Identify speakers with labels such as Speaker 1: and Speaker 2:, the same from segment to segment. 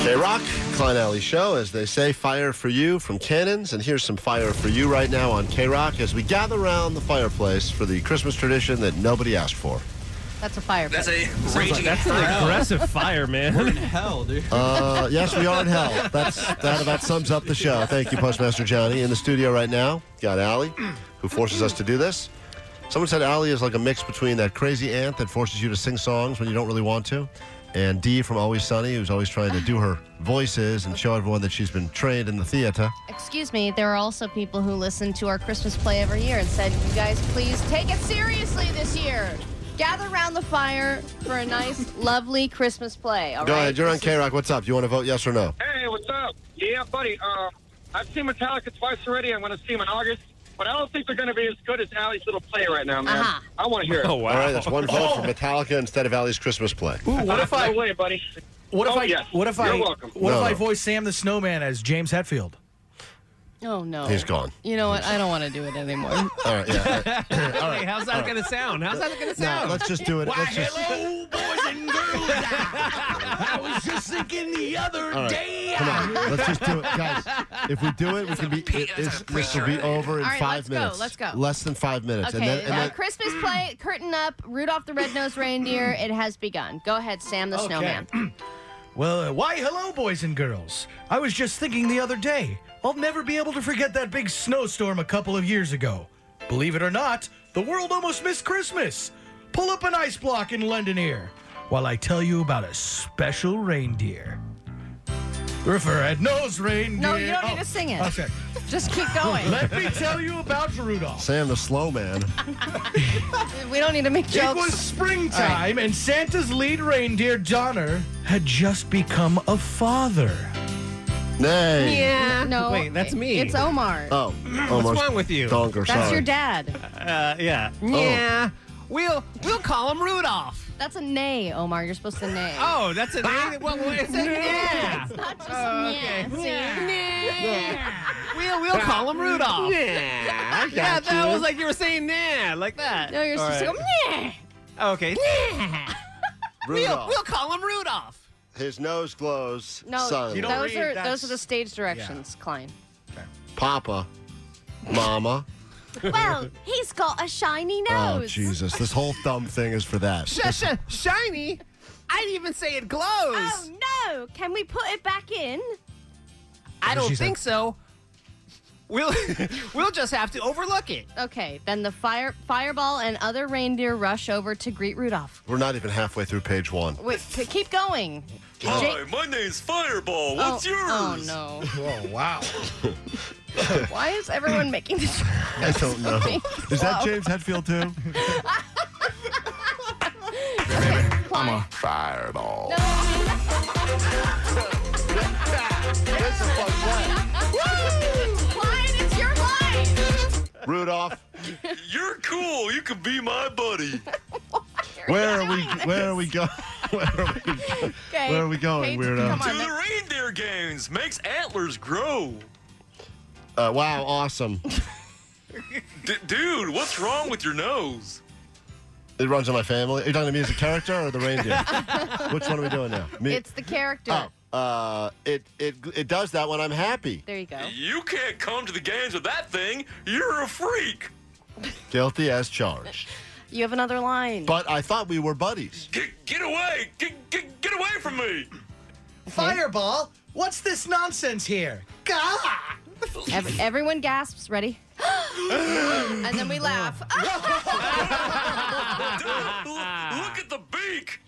Speaker 1: K Rock, Klein Alley Show, as they say, fire for you from Cannons. And here's some fire for you right now on K Rock as we gather around the fireplace for the Christmas tradition that nobody asked for.
Speaker 2: That's a fire.
Speaker 3: That's a raging
Speaker 4: That's an
Speaker 3: inferno.
Speaker 4: aggressive fire, man.
Speaker 5: Hell, dude.
Speaker 1: Uh, yes, we are in hell. That's, that about sums up the show. Thank you, Postmaster Johnny. In the studio right now, got Allie, who forces us to do this. Someone said Allie is like a mix between that crazy aunt that forces you to sing songs when you don't really want to, and Dee from Always Sunny, who's always trying to do her voices and show everyone that she's been trained in the theater.
Speaker 2: Excuse me, there are also people who listen to our Christmas play every year and said, you guys, please take it seriously this year. Gather around the fire for a nice, lovely Christmas play. All
Speaker 1: Go
Speaker 2: right?
Speaker 1: ahead, you're on
Speaker 2: This is-
Speaker 1: K Rock. What's up? Do you want to vote yes or no?
Speaker 6: Hey, what's up? Yeah, buddy. Uh, I've seen Metallica twice already. I'm going to see them in August, but I don't think they're going to be as good as Allie's little play right now, man.
Speaker 2: Aha.
Speaker 6: I want to hear it.
Speaker 4: Oh
Speaker 6: Oh,
Speaker 4: wow.
Speaker 1: All right, that's one vote for Metallica instead of Ali's Christmas play.
Speaker 5: Ooh, what if I?
Speaker 6: way, buddy.
Speaker 5: What if
Speaker 6: Oh,
Speaker 5: I?
Speaker 6: yes.
Speaker 5: What if
Speaker 6: You're
Speaker 5: I?
Speaker 6: welcome.
Speaker 5: What
Speaker 1: No,
Speaker 5: if I
Speaker 1: no.
Speaker 5: voice Sam the Snowman as James Hetfield?
Speaker 2: Oh, no.
Speaker 1: He's gone.
Speaker 2: You know what? I don't want to do it anymore.
Speaker 1: All right, yeah.
Speaker 4: Hey, how's that gonna sound? How's that gonna
Speaker 1: No,
Speaker 4: sound?
Speaker 1: let's just do it. Let's just,
Speaker 5: Oh,
Speaker 4: hello, boys and girls. I was just thinking the other
Speaker 1: right.
Speaker 4: day.
Speaker 1: come on, let's just do it, guys. If we do it, we can be. It, it's, this will be over in
Speaker 2: All right,
Speaker 1: five
Speaker 2: let's go,
Speaker 1: minutes.
Speaker 2: let's go.
Speaker 1: Less than five minutes,
Speaker 2: Okay,
Speaker 1: and then and
Speaker 2: uh,
Speaker 1: then
Speaker 2: Christmas play, curtain up, Rudolph the Red-Nosed Reindeer, it has begun. Go ahead, Sam the Snowman.
Speaker 5: Well, uh, why hello, boys and girls. I was just thinking the other day. I'll never be able to forget that big snowstorm a couple of years ago. Believe it or not, the world almost missed Christmas. Pull up an ice block in London here while I tell you about a special reindeer. River red nose reindeer. Oh,
Speaker 2: No, you don't need to sing it.
Speaker 5: Okay.
Speaker 2: Just keep going.
Speaker 5: Let me tell you about Rudolph.
Speaker 1: Sam the slow man.
Speaker 2: we don't need to make
Speaker 5: It was
Speaker 2: jokes.
Speaker 5: springtime, and Santa's lead reindeer, Donner, had just become a father.
Speaker 1: Nay.
Speaker 7: Yeah.
Speaker 2: No.
Speaker 4: Wait, that's
Speaker 2: it-
Speaker 4: me.
Speaker 2: It's Omar.
Speaker 1: Oh,
Speaker 4: What's
Speaker 1: almost
Speaker 4: wrong with you?
Speaker 1: donker.
Speaker 2: that's
Speaker 1: sorry.
Speaker 2: your dad.
Speaker 4: Uh, yeah.
Speaker 1: Oh,
Speaker 4: Yeah. We'll we'll call him Rudolph.
Speaker 2: That's a nay, Omar. You're supposed to nay.
Speaker 4: Oh, that's an well, well, it's a yeah.
Speaker 2: It's not just
Speaker 4: Oh,
Speaker 2: yeah.
Speaker 4: okay.
Speaker 2: see?
Speaker 4: We'll we'll call him Rudolph.
Speaker 3: Yeah.
Speaker 4: Yeah, that was like you were saying nah, like that.
Speaker 2: No, you're
Speaker 4: All
Speaker 2: supposed
Speaker 4: right.
Speaker 2: to go. "Nyeh."
Speaker 4: Okay. We'll,
Speaker 1: Rudolph.
Speaker 4: we'll call him Rudolph.
Speaker 1: His nose glows.
Speaker 2: No,
Speaker 1: suddenly.
Speaker 5: You don't
Speaker 2: those
Speaker 5: read,
Speaker 2: are
Speaker 5: that's-
Speaker 2: those are the stage directions, Klein.
Speaker 1: Papa, Mama.
Speaker 2: Well, he's got a shiny
Speaker 1: Oh Jesus! This whole thumb thing is for that.
Speaker 4: shiny. I'd even say it glows.
Speaker 2: Oh, Um, no! Can we put it back in?
Speaker 4: I don't
Speaker 5: She said-
Speaker 4: think so. We'll we'll just have to overlook it.
Speaker 2: Okay, then the fire fireball and other reindeer rush over to greet Rudolph.
Speaker 1: We're not even halfway through page one.
Speaker 2: Wait, c- keep going.
Speaker 3: Hi, my name's Fireball. What's
Speaker 2: oh,
Speaker 3: yours?
Speaker 2: Oh
Speaker 5: Oh, wow.
Speaker 2: no! Why is everyone making this?
Speaker 1: I don't know. Is that James Hetfield too?
Speaker 3: I'm a Fireball.
Speaker 2: Klein, it's your line.
Speaker 1: Rudolph.
Speaker 3: You're cool. You can be my buddy.
Speaker 1: Where are we? Where are we going? Where are we?
Speaker 2: Okay.
Speaker 1: Where are we going,
Speaker 2: Kate,
Speaker 1: weirdo?
Speaker 2: Come
Speaker 3: Do
Speaker 2: on.
Speaker 3: the reindeer games makes antlers grow.
Speaker 1: Uh, wow! Awesome.
Speaker 3: D- dude, what's wrong with your nose?
Speaker 1: It runs in my family. Are you talking to me as a character or the reindeer? Which one are we doing now? Me.
Speaker 2: It's the character.
Speaker 1: oh, uh, it it it does that when I'm happy.
Speaker 2: There you go.
Speaker 3: You can't come to the games with that thing. You're a freak.
Speaker 1: Guilty as charged.
Speaker 2: You have another line.
Speaker 1: But I thought we were buddies.
Speaker 3: Get, get away. Get, get, get away from me.
Speaker 5: Fireball, what's this nonsense here? Gah!
Speaker 2: Ev- everyone gasps. Ready? and then we laugh.
Speaker 3: Dude, l- look at the beak.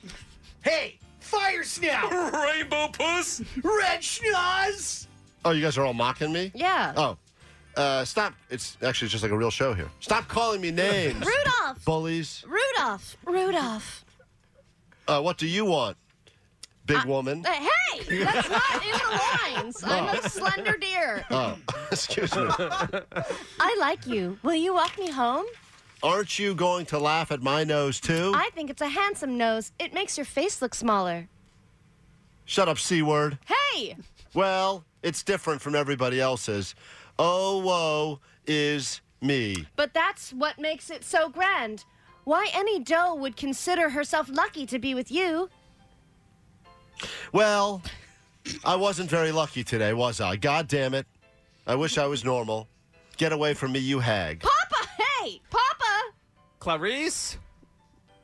Speaker 5: Hey, Fire Snout!
Speaker 3: Rainbow puss.
Speaker 5: Red Schnoz!
Speaker 1: Oh, you guys are all mocking me.
Speaker 2: yeah.
Speaker 1: Oh, uh, stop! It's actually just like a real show here. Stop calling me names,
Speaker 2: Rudolph.
Speaker 1: bullies.
Speaker 2: Rudolph. Rudolph.
Speaker 1: Uh, what do you want? Big woman.
Speaker 2: Uh, Hey, that's not in the lines. I'm a slender deer.
Speaker 1: Oh, excuse me.
Speaker 2: I like you. Will you walk me home?
Speaker 1: Aren't you going to laugh at my nose too?
Speaker 2: I think it's a handsome nose. It makes your face look smaller.
Speaker 1: Shut up, C word.
Speaker 2: Hey,
Speaker 1: Well, it's different from everybody else's. Oh, woe is me.
Speaker 2: but that's what makes it so grand. Why any doe would consider herself lucky to be with you?
Speaker 1: Well, I wasn't very lucky today, was I? God damn it. I wish I was normal. Get away from me, you hag.
Speaker 2: Papa, hey, Papa.
Speaker 7: Clarice?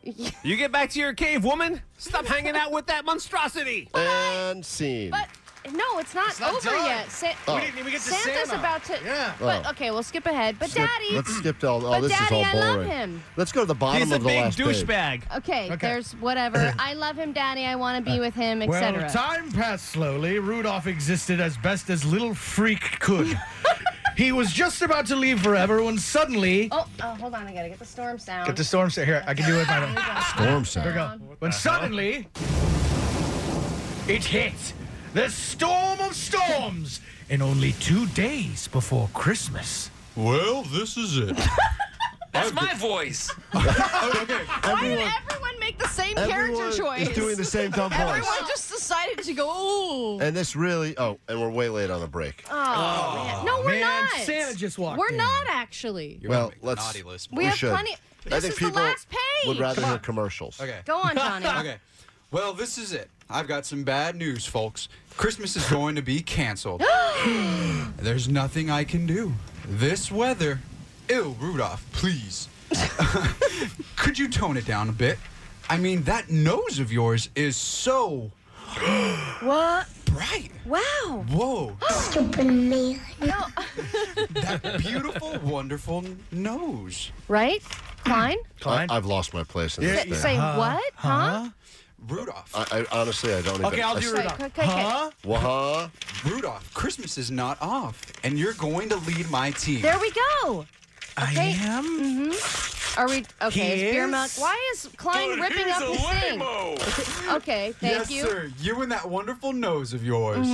Speaker 7: You get back to your cave, woman. Stop hanging out with that monstrosity.
Speaker 1: And scene.
Speaker 2: But no, it's not,
Speaker 5: not
Speaker 2: over
Speaker 5: done.
Speaker 2: yet. Sa-
Speaker 1: Oh.
Speaker 5: We didn't even get to
Speaker 2: Santa's
Speaker 5: Santa.
Speaker 2: about to.
Speaker 5: Yeah.
Speaker 2: But okay, we'll skip ahead. But
Speaker 1: Skip-
Speaker 2: Daddy.
Speaker 1: Let's skip all. Oh,
Speaker 2: But
Speaker 1: this
Speaker 2: Daddy,
Speaker 1: is all
Speaker 2: I love
Speaker 1: boring.
Speaker 2: him.
Speaker 1: Let's go to the bottom
Speaker 7: He's a
Speaker 1: of the
Speaker 7: big
Speaker 1: last page.
Speaker 7: douchebag.
Speaker 2: Okay,
Speaker 5: Okay.
Speaker 2: there's whatever. I love him, Daddy. I want to be with him,
Speaker 5: Well,
Speaker 2: etc.
Speaker 5: time passed slowly. Rudolph existed as best as little freak could. he was just about to leave forever when suddenly.
Speaker 2: oh, oh, hold on. I gotta get the storm sound.
Speaker 5: Get the storm set here. I can do it. By the-
Speaker 1: Storm sound.
Speaker 5: Go. When suddenly, it hit the storm of storms, and only two days before Christmas.
Speaker 8: Well, this is it.
Speaker 3: That's my voice.
Speaker 2: Why did everyone make the same
Speaker 1: Everyone
Speaker 2: character choice?
Speaker 1: is doing the same dumb voice.
Speaker 2: everyone just decided to go. Ooh.
Speaker 1: And this really. Oh, and we're way late on the break.
Speaker 2: Oh. no, we're
Speaker 5: man,
Speaker 2: not.
Speaker 5: Santa just walked
Speaker 2: We're
Speaker 5: in.
Speaker 2: not actually.
Speaker 1: well, let's.
Speaker 8: naughty list.
Speaker 2: we have
Speaker 1: should.
Speaker 2: plenty.
Speaker 1: I
Speaker 2: This
Speaker 1: think
Speaker 2: is the
Speaker 1: people
Speaker 2: last page.
Speaker 1: would rather hear commercials.
Speaker 8: Okay.
Speaker 2: Go on, Johnny.
Speaker 8: Okay. Well, this is it. I've got some bad news, folks. Christmas is going to be canceled. There's nothing I can do. This weather. Ew, Rudolph, please. Could you tone it down a bit? I mean, that nose of yours is so
Speaker 2: What?
Speaker 8: bright.
Speaker 2: Wow.
Speaker 8: Whoa,
Speaker 2: No.
Speaker 8: that beautiful, wonderful nose.
Speaker 2: Right? Klein?
Speaker 5: Klein?
Speaker 1: I, have lost my place in
Speaker 2: Say,
Speaker 1: this
Speaker 2: say
Speaker 1: thing.
Speaker 2: what? Huh?
Speaker 8: Rudolph.
Speaker 1: I, I honestly, I don't even.
Speaker 8: Okay, I'll do
Speaker 1: I,
Speaker 2: Wait,
Speaker 8: Rudolph.
Speaker 2: okay, okay.
Speaker 5: Huh?
Speaker 1: Wah-huh.
Speaker 8: Rudolph, Christmas is not off, and you're going to lead my team.
Speaker 2: There we go.
Speaker 5: I
Speaker 2: Okay. Mm-hmm.
Speaker 5: am.
Speaker 2: Are we okay? Is beer
Speaker 5: Yes.
Speaker 2: milk. Why is Klein
Speaker 3: But
Speaker 2: ripping
Speaker 3: he's
Speaker 2: up
Speaker 3: a
Speaker 2: his thing?
Speaker 3: lame-o.
Speaker 2: Okay, thank
Speaker 8: yes,
Speaker 2: you. Mm-hmm.
Speaker 8: sir. You and that wonderful nose of yours.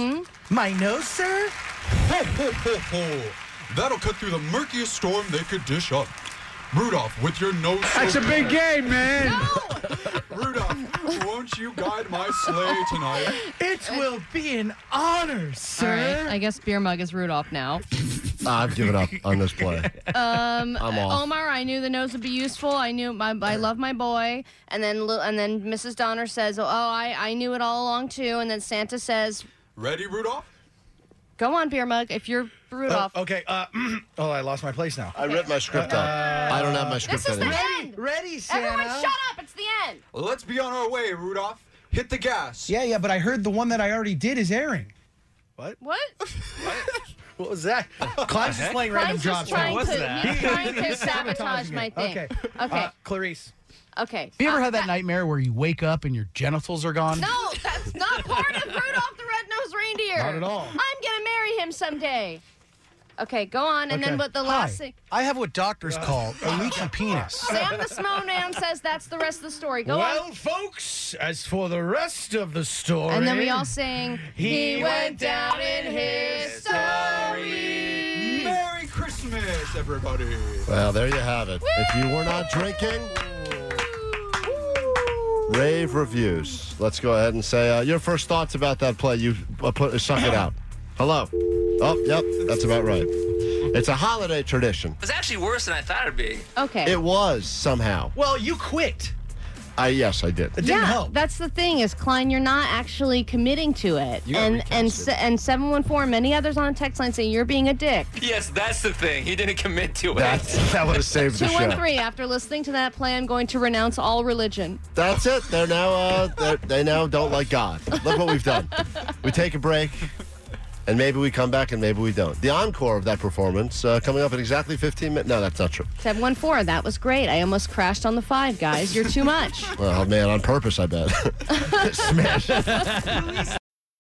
Speaker 5: My nose, sir?
Speaker 8: Ho, ho, ho, ho. Oh, That'll cut through the murkiest storm they could dish up. Rudolph, with your nose. That's a big game, man. Rudolph, won't you guide my sleigh tonight?
Speaker 5: It will be an honor, sir.
Speaker 2: guess beer mug is Rudolph now.
Speaker 1: I've given up on this play. Um, I'm off.
Speaker 2: Omar, I knew the nose would be useful. I knew my, I love my boy. And then Lu- and then Mrs. Donner says, "Oh, I I knew it all along too." And then Santa says,
Speaker 8: Ready, Rudolph?
Speaker 2: "Go on, beer mug. If you're Rudolph,
Speaker 5: Okay. Uh, oh, I lost my place now.
Speaker 1: I ripped my script up. I don't have my script
Speaker 2: this is the
Speaker 1: anymore.
Speaker 2: end.
Speaker 5: Ready,
Speaker 2: Everyone, shut up. It's the end."
Speaker 8: Let's be on our way, Rudolph. Hit the gas.
Speaker 5: Yeah, yeah, but I heard the one that I already did is airing.
Speaker 2: What?
Speaker 5: What was that? Klein's just playing random
Speaker 2: Klein's
Speaker 5: jobs.
Speaker 2: just trying
Speaker 7: What was
Speaker 2: to
Speaker 7: that?
Speaker 2: he's trying to sabotage
Speaker 5: sabotaging
Speaker 2: my
Speaker 5: it.
Speaker 2: thing.
Speaker 5: Okay.
Speaker 2: Okay.
Speaker 5: Uh, Clarice.
Speaker 2: okay.
Speaker 9: Have you ever
Speaker 2: Uh,
Speaker 9: had that nightmare where you wake up and your genitals are gone?
Speaker 2: No, that's not part of Rudolph the Red-Nosed Reindeer.
Speaker 5: Not at all.
Speaker 2: I'm gonna marry him someday. Okay, go on, and
Speaker 5: Okay.
Speaker 2: then what the
Speaker 9: Hi,
Speaker 2: last thing?
Speaker 9: I have what doctors
Speaker 5: Uh,
Speaker 9: call a leaky penis.
Speaker 2: Sam the Snowman says that's the rest of the story. Go
Speaker 5: well,
Speaker 2: on.
Speaker 5: folks, as for the rest of the story.
Speaker 2: And then we all sing.
Speaker 5: He went down in
Speaker 2: history.
Speaker 8: Merry Christmas, everybody.
Speaker 1: Well, there you have it. If you were not drinking, rave reviews. Let's go ahead and say uh, your first thoughts about that play. You uh, put suck it out. Hello. Oh, yep, that's about right. It's a holiday tradition.
Speaker 3: It's actually worse than I thought it'd be.
Speaker 2: Okay.
Speaker 1: It was somehow.
Speaker 5: Well, you quit.
Speaker 1: I yes, I did.
Speaker 5: It didn't
Speaker 2: yeah,
Speaker 5: help.
Speaker 2: that's the thing is Klein, you're not actually committing to it,
Speaker 8: You got
Speaker 2: and and s-
Speaker 8: recasted.
Speaker 2: and seven one four, many others on a text line say you're being a dick.
Speaker 3: Yes, that's the thing. He didn't commit to it.
Speaker 1: That that would have saved
Speaker 2: Two
Speaker 1: the
Speaker 2: one
Speaker 1: show.
Speaker 2: three. After listening to that play, I'm going to renounce all religion.
Speaker 1: That's it. They're now uh, they're, they now don't like God. Look what we've done. We take a break, and maybe we come back, and maybe we don't. The encore of that performance uh, coming up in exactly 15 minutes. No, that's not true.
Speaker 2: Seven one four. That was great. I almost crashed on the five, guys. You're too much.
Speaker 1: Oh man, on purpose, I bet. Smash.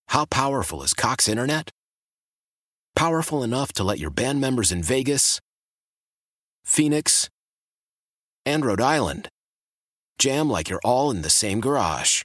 Speaker 10: How powerful is Cox Internet? Powerful enough to let your band members in Vegas, Phoenix, and Rhode Island jam like you're all in the same garage.